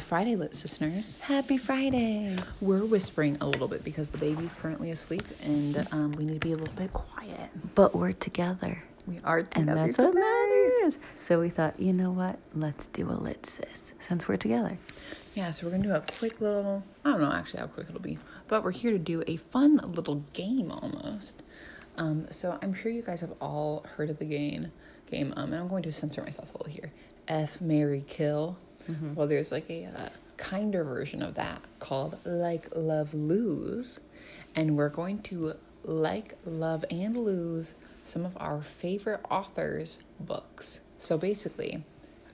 Friday, lit listeners. Happy Friday. We're whispering a little bit because the baby's currently asleep and um, we need to be a little bit quiet. But we're together. We are And together. that's what matters. So we thought, you know what? Let's do a lit sis since we're together. Yeah, so we're going to do a quick little, I don't know actually how quick it'll be, but we're here to do a fun little game almost. Um, so I'm sure you guys have all heard of the game. game um, and I'm going to censor myself a little here. F, Mary, Kill. Well, there's like a uh, kinder version of that called Like, Love, Lose. And we're going to like, love, and lose some of our favorite authors' books. So basically,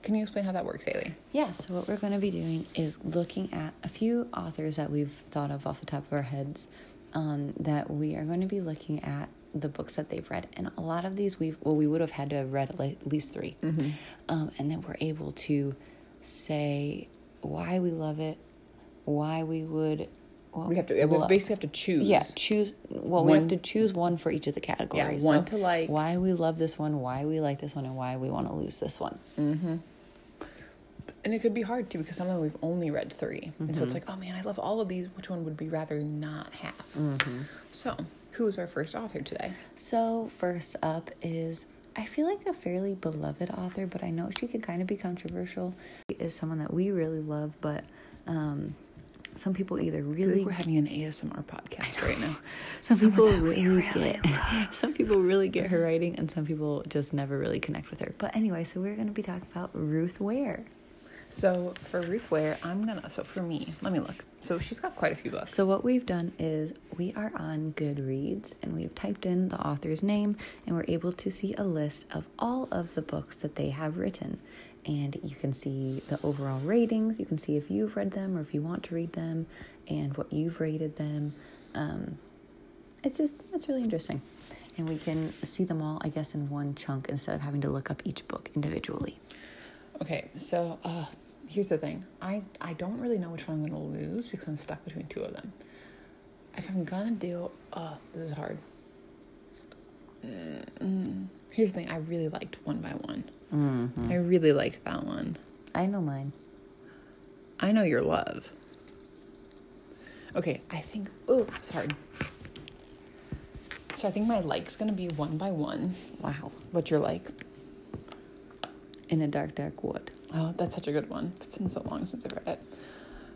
can you explain how that works, Ailey? Yeah, so what we're going to be doing is looking at a few authors that we've thought of off the top of our heads um, that we are going to be looking at the books that they've read. And a lot of these we've, well, we would have had to have read at le- at least 3 Um, and then we're able to say why we love it, why we would. Well, We have to. We lo- basically have to choose. Yeah, choose. Well, we One- have to choose one for each of the categories. one to like. Why we love this one, why we like this one, and why we want to lose this one. and it could be hard too because sometimes we've only read 3 and so it's Mm-hmm. like, oh man, I love all of these. Which one would we rather not have? Mm-hmm. So, who is our first author today? So, first up is I feel like a fairly beloved author, but I know she can kind of be controversial. She Is someone that we really love, but um, some people either really We're having an ASMR podcast right now. some people really get some people really get her writing, and some people just never really connect with her. But anyway, so we're going to be talking about Ruth Ware. So for Ruth Ware, I'm gonna. So for me, let me look. So she's got quite a few books. So what we've done is we are on Goodreads and we've typed in the author's name and we're able to see a list of all of the books that they have written. And you can see the overall ratings, you can see if you've read them or if you want to read them and what you've rated them. Um, it's just it's really interesting. And we can see them all, I guess, in one chunk instead of having to look up each book individually. Okay, so uh, here's the thing. I I don't really know which one I'm gonna lose because I'm stuck between two of them. If I'm gonna do, uh, this is hard. Mm, Here's the thing. I really liked one by one. I really liked that one. I know mine. I know your love. Okay, I think. Oh, sorry. So I think my like's gonna be one by one. Wow. What's your like? In a dark, dark wood. Oh, that's such a good one. It's been so long since I've read it.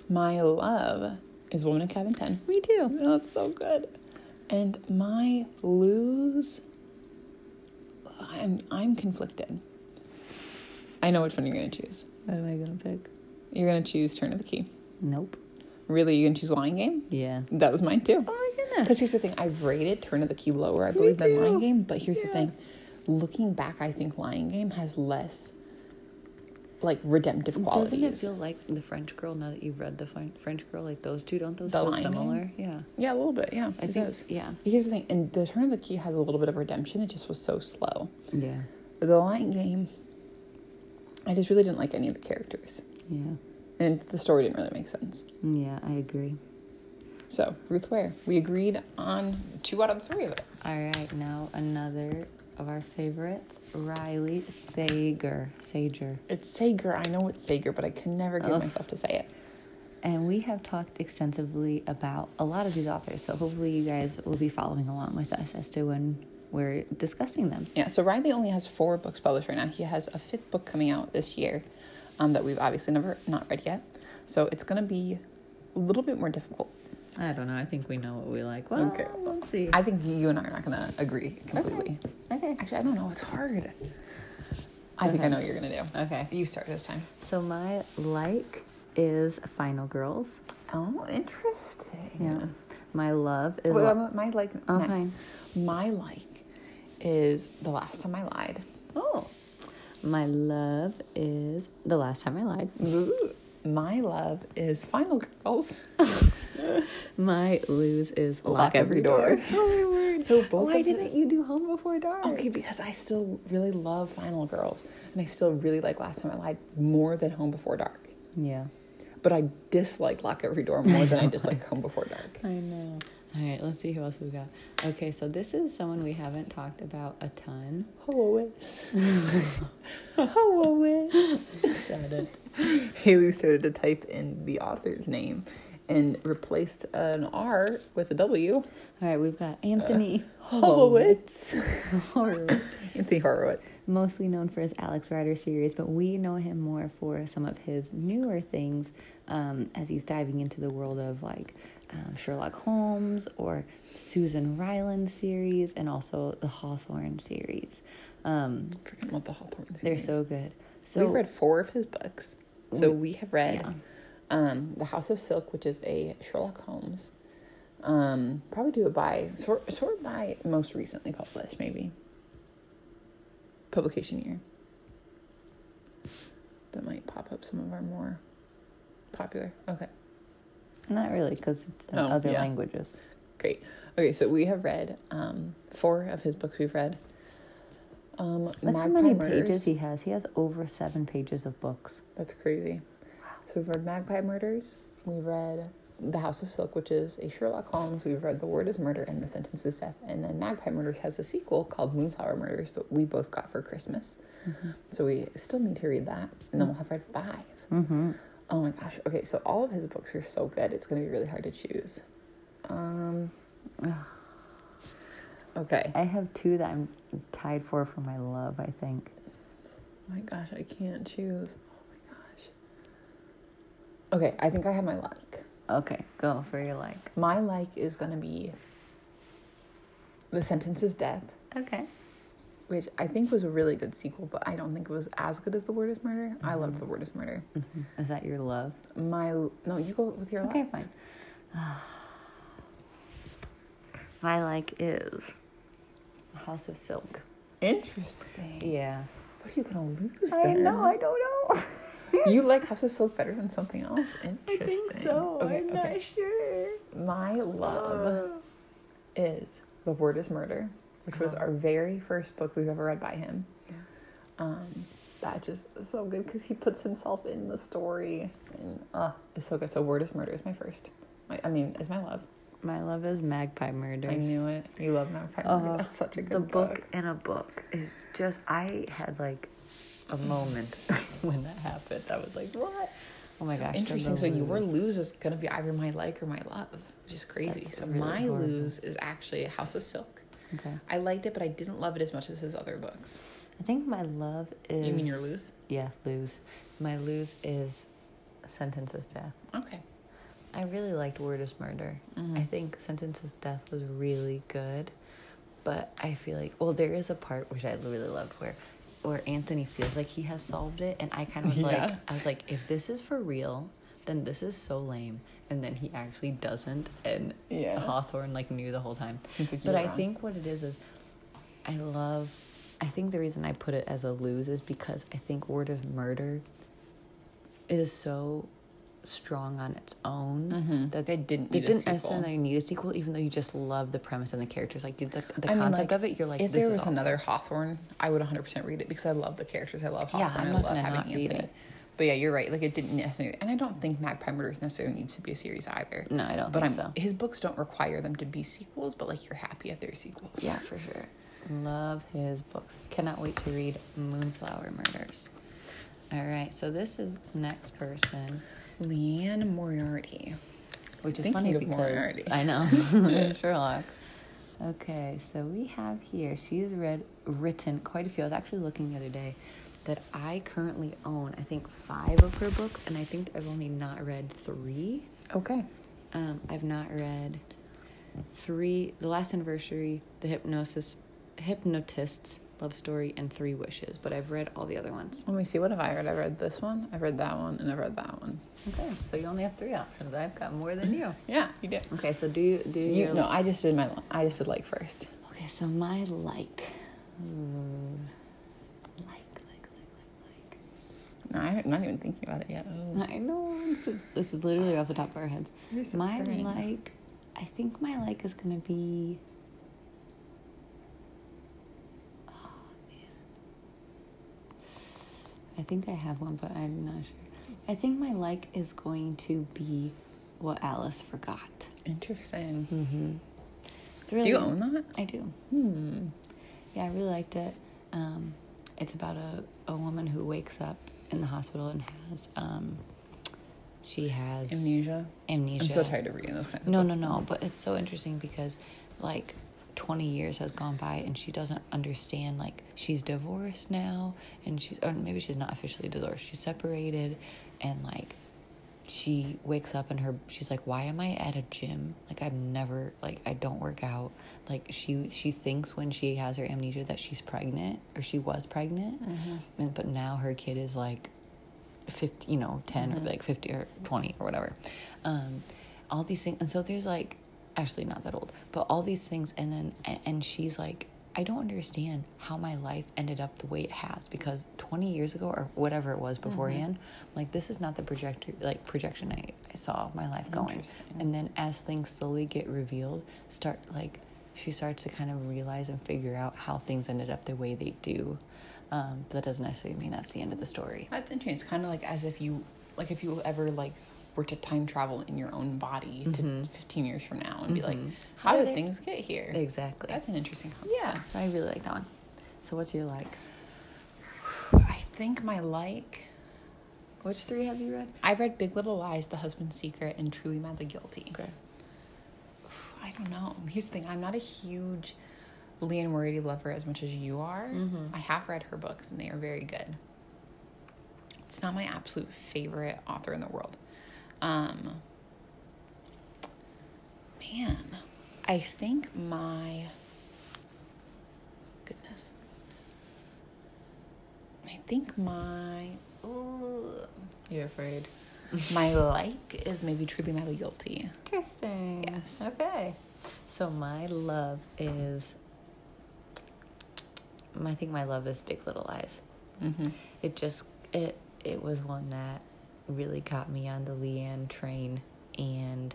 My love is Woman in Cabin 10. Me too. Oh, it's so good. And my lose, I'm I'm conflicted. I know which one you're gonna choose. What am I gonna pick? You're gonna choose Turn of the Key. Nope. Really, you're gonna choose Lion Game? Yeah. That was mine too. Oh my goodness. Because here's the thing, I rated Turn of the Key lower, I believe, than Lion too. Game. But here's the Yeah. thing, looking back, I think Lion Game has less like redemptive Doesn't it qualities. feel like the French girl? Now that you've read the Fren- French girl, like those two, don't those The feel Lion similar? Yeah, yeah, a little bit. Yeah, I it think. does. Yeah, Here's the thing, and the Turn of the Key has a little bit of redemption. It just was so slow. yeah, The Lion Game, I just really didn't like any of the characters, yeah, and the story didn't really make sense. yeah. I agree. So Ruth Ware, we agreed on two out of the three of it. All right, now another of our favorites, Riley Sager, Sager, It's Sager. I know it's Sager, but I can never get Oh. myself to say it. and we have talked extensively about a lot of these authors. So hopefully, you guys will be following along with us as to when we're discussing them. Yeah, so Riley only has four books published right now. He has a fifth book coming out this year um, that we've obviously never not read yet. So it's going to be a little bit more difficult. I don't know. I think we know what we like. Well, Okay. let's see. I think you and I are not going to agree completely. okay. Actually, I don't know. It's hard. I think I know what you're going to do. Okay. You start this time. So my like is Final Girls. Oh, interesting. Oh, Yeah. My love is. Wait, Lo- wait, um, my like Okay. next. My like is The Last Time I Lied. oh. My love is the last time I lied. Ooh. My love is Final Girls. My lose is lock, Lock every every door. door. Oh my word. So both Why of the- didn't you do home before dark? Okay, because I still really love Final Girls, and I still really like Last Time I Lied more than Home Before Dark. Yeah. But I dislike Lock Every Door more than I dislike Home Before Dark. I know. All right. Let's see who else we got. Okay. So this is someone we haven't talked about a ton. Hoes. Hoes. Got it. Haley started to type in the author's name and replaced an R with a W. All right, we've got Anthony Horowitz. Horowitz. Anthony Horowitz. mostly known for his Alex Rider series, but we know him more for some of his newer things um, as he's diving into the world of like um, Sherlock Holmes or Susan Ryland series and also the Hawthorne series. Um, Forget what the Hawthorne they're series. so good. So We've read four of his books. So we have read yeah. um, The House of Silk, which is a Sherlock Holmes. Um, probably do it by sort sort by most recently published, maybe. Publication year. That might pop up some of our more popular. Okay. not really because it's in Oh, other yeah. languages. Great. Okay, so we have read um, four of his books we've read. Um Look how Magpie many Murders. pages he has. He has over seven pages of books. That's crazy. So we've read Magpie Murders. We've read The House of Silk, which is a Sherlock Holmes. We've read The Word is Murder and The Sentence is Death. And then Magpie Murders has a sequel called Moonflower Murders that we both got for Christmas. So we still need to read that. And then we'll have read 5 Mm-hmm. Oh my gosh. Okay, so all of his books are so good. It's going to be really hard to choose. Um, okay. I have two that I'm tied for for my love. I think. Oh my gosh, I can't choose. Oh my gosh. Okay, I think I have my like. Okay, go for your like. My like is gonna be The Sentence is Death, Okay. which I think was a really good sequel, but I don't think it was as good as The Word is Murder. I Mm-hmm. loved The Word is Murder. Is that your love? My no, you go with your Okay, like. fine. My like is House of Silk. Interesting. Yeah. What are you gonna lose? I then? know, I don't know. You like House of Silk better than something else. I Interesting. think so. Okay, I'm okay. not sure. My love is The Word is Murder, which was our very first book we've ever read by him. Um, that just is so good because he puts himself in the story. And uh, it's so good. So, Word is Murder is my first. My, I mean, is my love. My love is Magpie Murders. I knew it. You love Magpie Murder. Oh, That's such a good the Uh-huh. book. book in a book is just. I had like a moment when that happened. I was like, What? oh my so gosh. Interesting. So, your lose is going to be either my like or my love, which is crazy. That's so, really my horrible. lose is actually House of Silk. Okay. I liked it, but I didn't love it as much as his other books. I think my love is. You mean your lose? Yeah, lose. My lose is sentence is death. Okay. I really liked Word is Murder. Mm-hmm. I think Sentence is Death was really good, but I feel like well, there is a part which I really loved where where Anthony feels like he has solved it, and I kind of was like, Yeah. I was like, if this is for real, then this is so lame, and then he actually doesn't, and Yeah. Hawthorne like knew the whole time. He's like, but "You're I wrong." think what it is is, I love. I think the reason I put it as a lose is because I think Word of Murder is so strong on its own that They didn't they need a didn't sequel. necessarily need a sequel, even though you just love the premise and the characters. Like you, the, the I mean, like, concept of it, you're like, if this there is was awesome. another Hawthorne, I would 100% read it because I love the characters. I love Yeah, Hawthorne. I'm I not love gonna having not read Anthony. it. But yeah, you're right. Like it didn't necessarily, and I don't think Magpie Murders necessarily needs to be a series either. No, I don't But think I'm so. his books don't require them to be sequels. But like you're happy if they're sequels. Yeah, for sure. Love his books. Cannot wait to read Moonflower Murders. All right, so this is next person, Leanne Moriarty. which is Thinking funny of because Moriarty. I know Sherlock. Okay, so we have here. She's read written quite a few. I was actually looking the other day that I currently own. I think five of her books, and I think I've only not read three. Okay. Um, I've not read three, The Last Anniversary, The Hypnosis, Hypnotist's Love Story, and Three Wishes, but I've read all the other ones. Let me see. What have I read? I read this one. I read that one, and I read that one. Okay, so you only have three options. I've got more than you. Yeah, you did. Okay, so do you do You your- no, I just did my. I just did like first. Okay, so my like, Ooh. like, like, like, No, I'm not even thinking about it yet. Oh, like, like. I know this is, this is literally off the top of our heads. You're so my brave. like, I think my like is gonna be. oh, I think I have one, but I'm not sure. I think my like is going to be what Alice forgot. Interesting. It's really, Do you own that? I do. Hmm. Yeah, I really liked it. Um, it's about a, a woman who wakes up in the hospital and has um, she has Amnesia. amnesia. I'm so tired of reading those kinds of No, no, books. no. But it's so interesting because, like, 20 years has gone by and she doesn't understand. Like, she's divorced now, and she, or maybe she's not officially divorced. She's separated, and like, she wakes up and her, she's like, "Why am I at a gym? Like, I've never, like, I don't work out." Like, she she thinks when she has her amnesia that she's pregnant or she was pregnant, Mm-hmm. and, but now her kid is like 50 you know 10 or like 50 or 20 or whatever um all these things and so there's like actually not that old but all these things and then a- and she's like i don't understand how my life ended up the way it has because 20 years ago or whatever it was beforehand like this is not the projector like projection i, I saw my life going Interesting. and then as things slowly get revealed start like she starts to kind of realize and figure out how things ended up the way they do um, but that doesn't necessarily mean that's the end of the story That's interesting. It's kind of like as if you, like if you ever like were to time travel in your own body to 15 years from now and be like, how, How did did it- things get here? Exactly. That's an interesting concept. yeah. So I really like that one. So what's your like? I think my like. Which three have you read? I read Big Little Lies, The Husband's Secret, and Truly Mad the Guilty. Okay. I don't know. Here's the thing I'm not a huge Leanne Moriarty lover as much as you are. I have read her books, and they are very good. It's not my absolute favorite author in the world. Um, man, I think my goodness. I think my ooh, you're afraid. my like is maybe truly madly guilty. Interesting. Yes. Okay. So my love is. I think my love is Big Little Lies. Mm-hmm. It just it it was one that really caught me on the Leanne train, and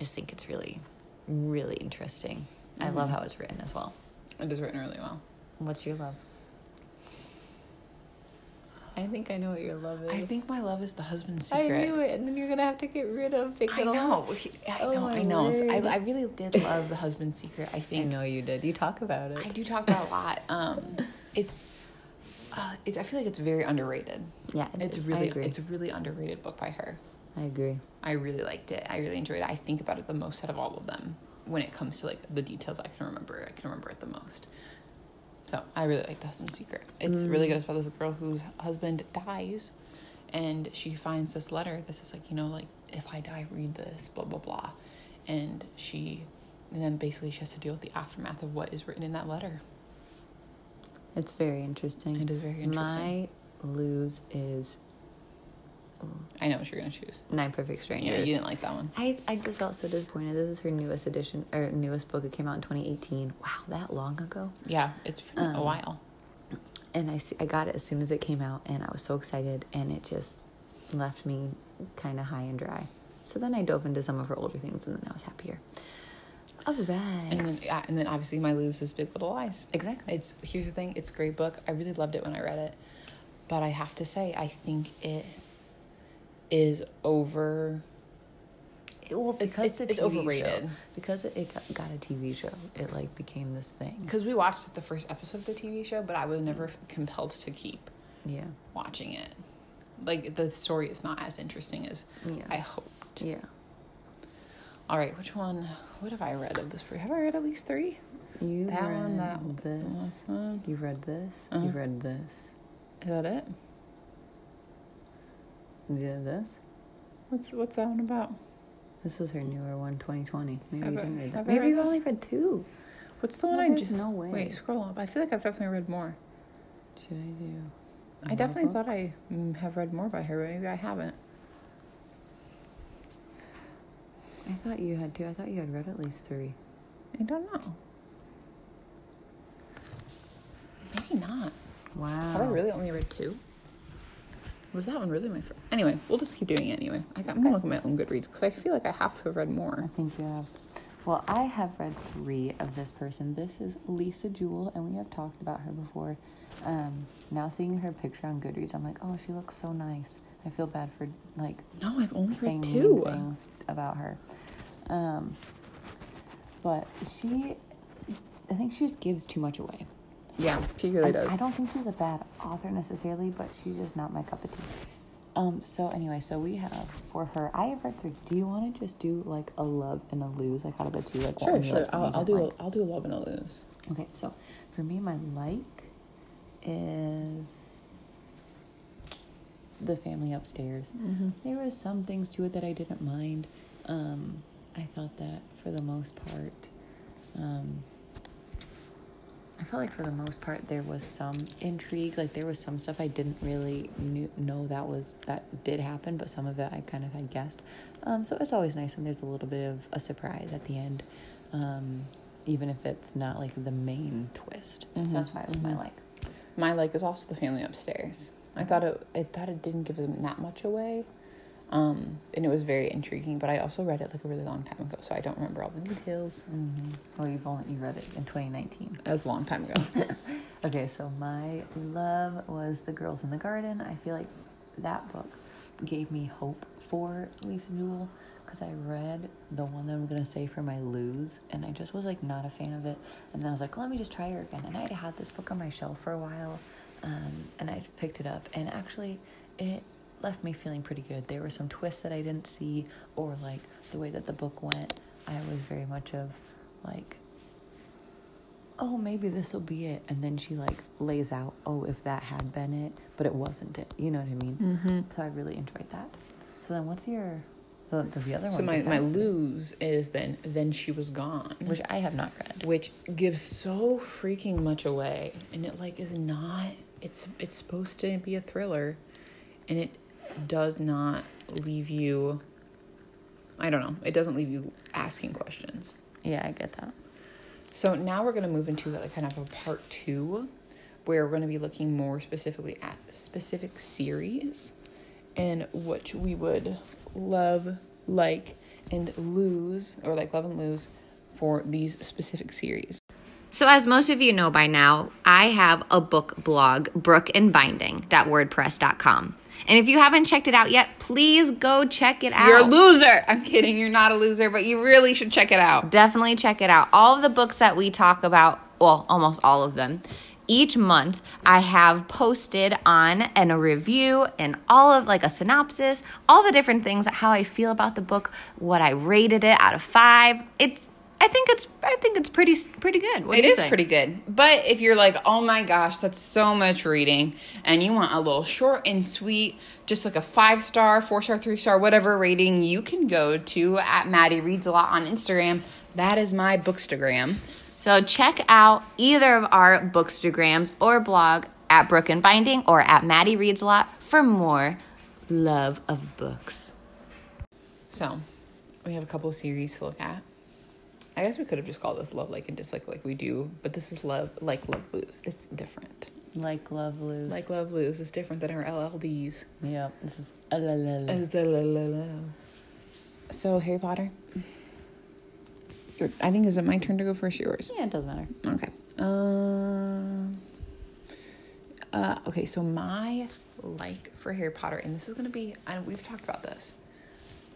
just think it's really, really interesting. I love how it's written as well. It is written really well. What's your love? I think I know what your love is. I think my love is the husband's I secret. knew it, and then you're gonna have to get rid of Big I Little know. I Oh know. my I know. So I, word. I really did love the husband's secret. I I think know you did. You talk about it. I do talk about a lot. Um, it's, uh, it's. I feel like it's very underrated. Yeah, it it's is. I really. agree. It's a really underrated book by her. I agree. I really liked it. I really enjoyed it. I think about it the most out of all of them when it comes to like the details I can remember. I can remember it the most. So I really like the husband's secret. It's really good. It's about this girl whose husband dies and she finds this letter that says like, you know, like if I die, read this, blah blah blah. And she and then basically she has to deal with the aftermath of what is written in that letter. It's very interesting. It is very interesting. My lose is I know what you're gonna choose. Nine Perfect Yeah, Strangers. you didn't like that one. I, I just felt so disappointed. This is her newest edition or newest book. It came out in 2018. Wow, that long ago. Yeah, it's been a Um, while. and I, s- I got it as soon as it came out and i was so excited and it just left me kind of high and dry so then i dove into some of her older things and then i was happier all right And then, yeah, and then obviously my lose is Big Little Lies. exactly It's here's the thing. It's a great book. I really loved it when I read it, but I have to say I think it is over. well it's- because it's- the it's TV overrated. show, because it, it got- got a tv show it like became this thing Because we watched the first episode of the TV show, but I was never compelled to keep yeah watching it. Like the story is not as interesting as Yeah. I hoped. yeah All right, which one? What have I read of this? Have I read at least three? you That read one, that one, this one. you read this Uh-huh. you read this Is that it? you did this What's what's that one about? this was her newer one 2020 maybe Have you I- didn't have read that I maybe read you've that? only read two What's the No, one I there's just? no way Wait, scroll up. I feel like I've definitely read more. should i do I definitely Marvel? thought I mm, have read more by her, but maybe I haven't. I thought you had two. I thought you had read at least three. I don't know. Maybe not. Wow. Have I really only read two? Was that one really my first? Anyway, we'll just keep doing it anyway. I got, I'm gonna look at my own Goodreads because I feel like I have to have read I more. think you have. Well, I have read three of this person. This is Lisa Jewell, and we have talked about her before. Um, now seeing her picture on Goodreads, I'm like, oh, she looks so nice. I feel bad for like No, I've only saying read mean two. things about her. Um, but she, I think she just gives too much away. Yeah, she really does. I don't think she's a bad author necessarily, but she's just not my cup of tea. Um. So anyway, so we have for her. I have read through. Do you want to just do like a love and a lose, like out of the two, like what sure, one you sure. liked and I'll, you I'll didn't do. A, like? I'll do a love and a lose. Okay, so for me, my like is the family upstairs. There was some things to it that I didn't mind. Um, I thought that for the most part, um, I felt like for the most part there was some intrigue. Like there was some stuff I didn't really knew, know that was that did happen, but some of it I kind of had guessed. Um, so it's always nice when there's a little bit of a surprise at the end, um, even if it's not like the main twist. So that's why it was my like. My like is also the family upstairs. I thought it. I thought it didn't give them that much away, um, and it was very intriguing. But I also read it like a really long time ago, so I don't remember all the details. Well, you've only you read it in 2019. That was a long time ago. Okay, so my love was The Girls in the Garden. I feel like that book gave me hope for Lisa Jewell because I read the one that I'm gonna say for my lose, and I just was like not a fan of it. And then I was like, let me just try her again. And I had this book on my shelf for a while, um, and I picked it up, and actually, it left me feeling pretty good. There were some twists that I didn't see, or like the way that the book went. I was very much of like oh, maybe this will be it. And then she like lays out, oh, if that had been it, but it wasn't it. You know what I mean? Mm-hmm. So I really enjoyed that. So then what's your, the, the, the other so one? my just my asked me, lose is then then she was gone, Which I have not read. which gives so freaking much away, and it like is not. It's it's supposed to be a thriller, and it does not leave you. I don't know. It doesn't leave you asking questions. Yeah, I get that. So now we're going to move into like kind of a part two, where we're going to be looking more specifically at specific series, and which we would love, like, and lose, or like love and lose, for these specific series. So, as most of you know by now, I have a book blog, Brook and Binding.wordpress.com. And if you haven't checked it out yet, please go check it out. You're a loser. I'm kidding. You're not a loser, but you really should check it out. Definitely check it out. All of the books that we talk about, well, almost all of them, each month I have posted on and a review and all of like a synopsis, all the different things, how I feel about the book, what I rated it out of five. It's I think it's I think it's pretty pretty good. What It do you is think? pretty good. But if you're like, oh my gosh, that's so much reading, and you want a little short and sweet, just like a five star, four star, three star, whatever rating, you can go to at Maddie Reads a Lot on Instagram. That is my bookstagram. So check out either of our bookstagrams or blog at Brook and Binding or at Maddie Reads a Lot for more love of books. So we have a couple of series to look at. I guess we could have just called this love, like, and dislike, like we do, but this is love, like, love lose. It's different. Like Love Lose. Like, love lose is different than our LLDs. yeah, this is, uh, la, la, la. So Harry Potter. Your- I think is it my turn to go first? or Yours. yeah, it doesn't matter. Okay. Um. Uh, okay, so my like for Harry Potter, and this is gonna be, and we've talked about this.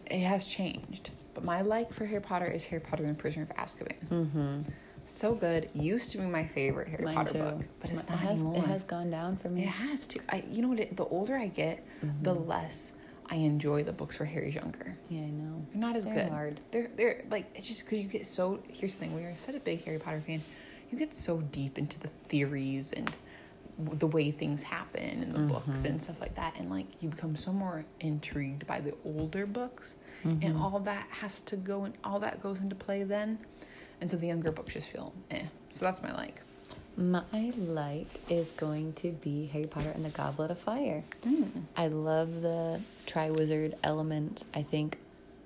It has changed, but my like for Harry Potter is Harry Potter and Prisoner of Azkaban. Mm-hmm. So good. Used to be my favorite Harry Mine Potter too. book, but it's it not has, anymore. It has gone down for me. It has to. I, you know what? It, the older I get, the Mm-hmm. less I enjoy the books where Harry's younger. Yeah, I know. They're not as They're good. hard. They're they're like it's just because you get so. Here's the thing: when you're such a big Harry Potter fan, you get so deep into the theories and w- the way things happen and the books and stuff like that, and like you become so more intrigued by the older books, and all that has to go and all that goes into play then, and so the younger books just feel eh. So that's my like. My like is going to be Harry Potter and the Goblet of Fire. Hmm. I love the Triwizard element. I think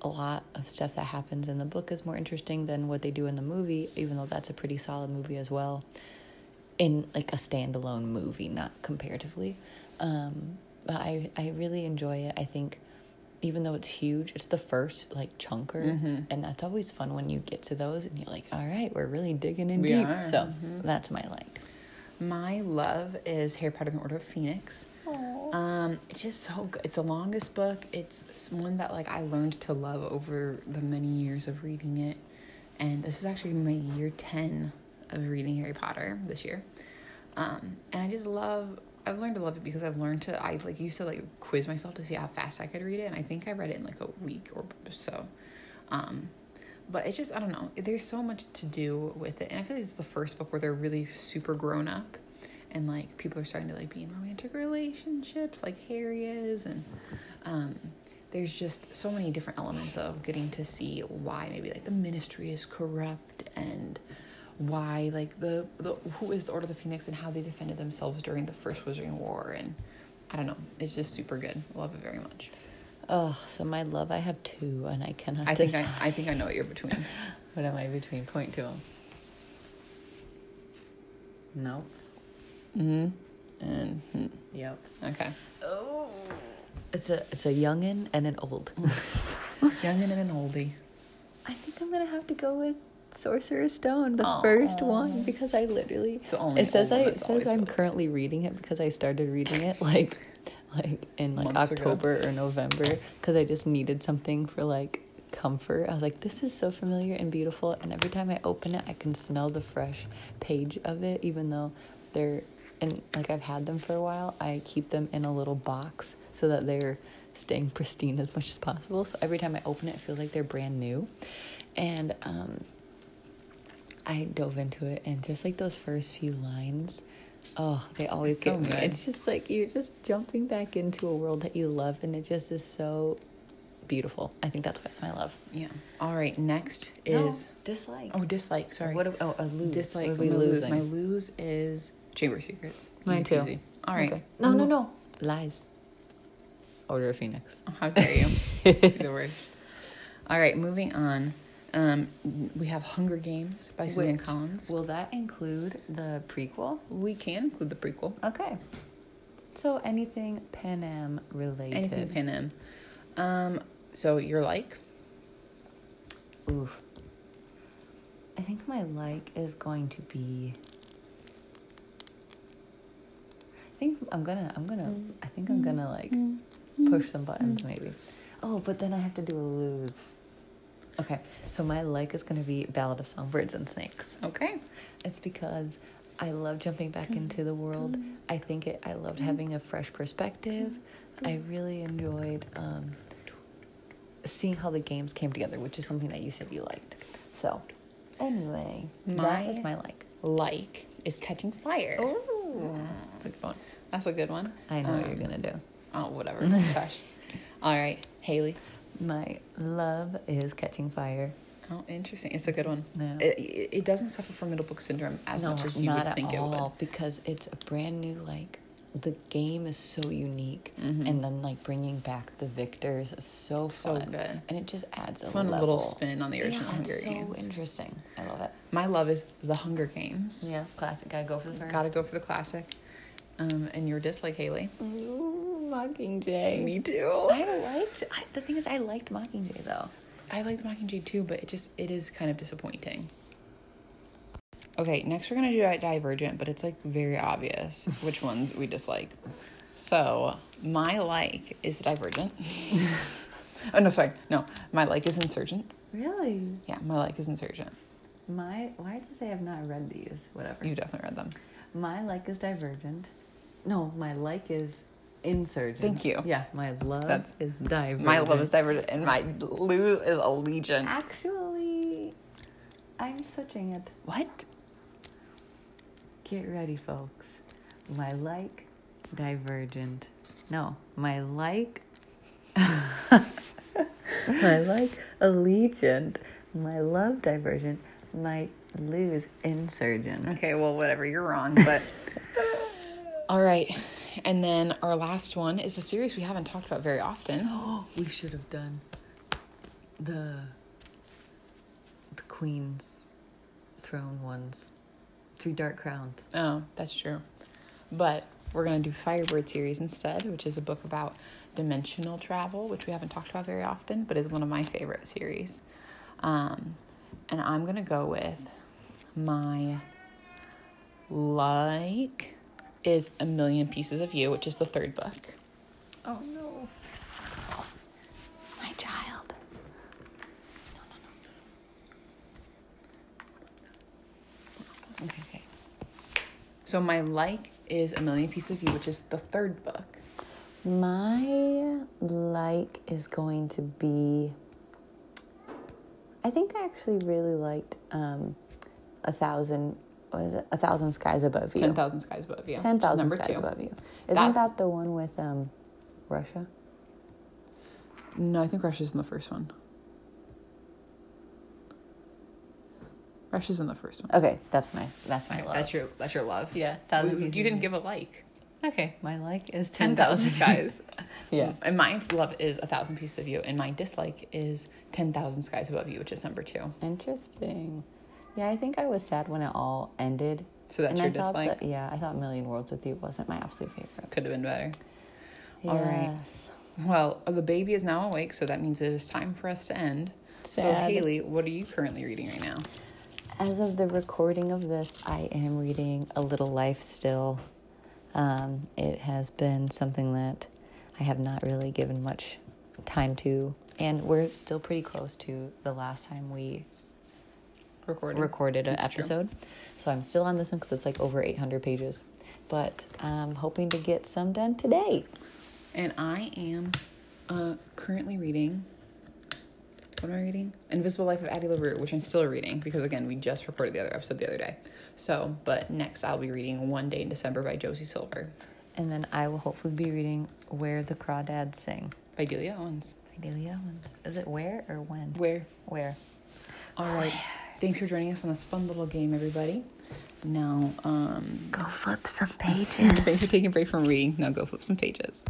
a lot of stuff that happens in the book is more interesting than what they do in the movie, even though that's a pretty solid movie as well. In like a standalone movie, not comparatively. Um, but I I really enjoy it. I think even though it's huge, it's the first like chunker, Mm-hmm. and that's always fun when you get to those and you're like, all right, we're really digging in We deep. are. So that's my like. My love is Harry Potter and the Order of Phoenix. Um, it's just so good. It's the longest book. It's, it's one that like I learned to love over the many years of reading it, and this is actually my year ten of reading Harry Potter this year. Um, and I just love. I've learned to love it because I've learned to. I like used to like quiz myself to see how fast I could read it, and I think I read it in like a week or so. Um, but it's just I don't know. There's so much to do with it, and I feel like it's the first book where they're really super grown up, and like people are starting to like be in romantic relationships, like Harry is, and um, there's just so many different elements of getting to see why maybe like the ministry is corrupt and why like the, the who is the Order of the Phoenix and how they defended themselves during the First Wizarding War, and I don't know. It's just super good. I love it very much. Oh, so my love, I have two, and I cannot. I think decide. I, I think I know what you're between. What am I between? Point to them. Nope. And hmm, Yep. okay. It's a it's a youngin and an old. Young and an oldie. I think I'm gonna have to go with Sorcerer's Stone, the Aw. first one, because I literally It's the only it says old I one it that's says always I'm really good. currently reading it because I started reading it like like in like Months ago. October or November because I just needed something for like comfort. I was like, this is so familiar and beautiful, and every time I open it, I can smell the fresh page of it, even though they're and like I've had them for a while. I keep them in a little box so that they're staying pristine as much as possible. So every time I open it, it feels like they're brand new, and um, I dove into it and just like those first few lines, oh, they always so get me. good. It's just like you're just jumping back into a world that you love and it just is so beautiful. I think that's why it's my love. Yeah. All right. Next No, is dislike. oh dislike. Sorry. What ab- oh, a lose. Dislike. What are we my lose. losing? My lose is Chamber Secrets. Mine Easy too. peasy. All right. Okay. No, no, no. Lies. Order of Phoenix. How dare you? You're the worst. All right. Moving on. Um, we have Hunger Games by Susan Which Collins. Will that include the prequel? we can include the prequel. Okay. So anything Pan Am related. Anything Pan Am. Um, so you're like Ooh. I think my like is going to be. I think I'm gonna. I'm gonna. I think I'm gonna like push some buttons maybe. Oh, but then I have to do a lose. Okay, so my like is gonna be Ballad of Songbirds and Snakes. okay. It's because I love jumping back into the world. I think it. I loved having a fresh perspective. I really enjoyed um, seeing how the games came together, which is something that you said you liked. So, anyway, My- that is my like. Like is Catching Fire. Oh, that's a good one. That's a good one. I know what Um, you're gonna do. Oh, whatever. Gosh. All right, Haley. My love is catching fire. Oh, interesting. It's a good one. Yeah. It, it, it doesn't suffer from middle book syndrome as much as you not would think at all, it would. because it's a brand new like the game is so unique, and then like bringing back the victors is Mm-hmm. so So fun, good. and it just adds a Fun level. little spin on the Yeah, original Hunger it's so Games. interesting. I love it. My love is The Hunger Games. Yeah, classic. Gotta go for the 1st Gotta go for the classic. Um, and your dislike, Haley. Mockingjay. Me too. Mm. I liked. I, the thing is, I liked Mockingjay though. I like the Mockingjay too, but it just it is kind of disappointing. Okay, next we're gonna do Di- Divergent, but it's like very obvious which ones we dislike. So my like is Divergent. oh no, sorry, no, my like is Insurgent. Really? Yeah, my like is Insurgent. My why does it say I've not read these? Whatever. You definitely read them. My like is divergent. No, my like is insurgent. Thank you. Yeah, my love That's- is divergent. My love is Divergent, and my blue is Allegiant. actually. I'm switching it. What? Get ready, folks. My like divergent. No, my like. my like allegiant. My love divergent. My lose insurgent. Okay, well, whatever, you're wrong, but. All right, and then our last one is a series we haven't talked about very often. Oh, we should have done the the queen's throne ones, three dark crowns. Oh, that's true. But we're going to do Firebird series instead, which is a book about dimensional travel, which we haven't talked about very often, but is one of my favorite series. Um, and I'm going to go with my like is A Million Pieces of You, which is the third book. Oh no! My child. Okay, okay. So my like is A Million Pieces of You, which is the third book. My like is going to be. I think I actually really liked um, a thousand. What is it? A thousand skies above you. Ten Thousand Skies Above You. which is Ten thousand number skies two. above you. Isn't That's- that the one with um, Russia? No, I think Russia's in the first one. Russia's in the first one. Okay, that's my that's my love. your that's your love. yeah, We- we- you didn't give a like. Okay, my like is Ten thousand skies. Yeah. And my love is a thousand pieces of you, and my dislike is ten thousand skies above you, which is number two. Interesting. Yeah, I think I was sad when it all ended. So that's And your I thought dislike? that- yeah, I thought Million Worlds with You wasn't my absolute favorite. Could have been better. All right. Yes. Well, the baby is now awake, so that means it is time for us to end. So Sad. Haley, what are you currently reading right now? As of the recording of this, I am reading A Little Life still. Um, it has been something that I have not really given much time to, and we're still pretty close to the last time we Recording. recorded an That's true. episode. So I'm still on this one because it's like over 800 pages. But I'm hoping to get some done today. And I am uh, currently reading. What am I reading? Invisible Life of Addie LaRue, which I'm still reading because again we just recorded the other episode the other day. So, but next I'll be reading One Day in December by Josie Silver And then I will hopefully be reading Where the Crawdads Sing by Delia Owens. by Delia Owens. Is it where or when? Where? Where? All right. Thanks for joining us on this fun little game, everybody. Now, um, Go flip some pages. thanks for taking a break from reading. Now go flip some pages.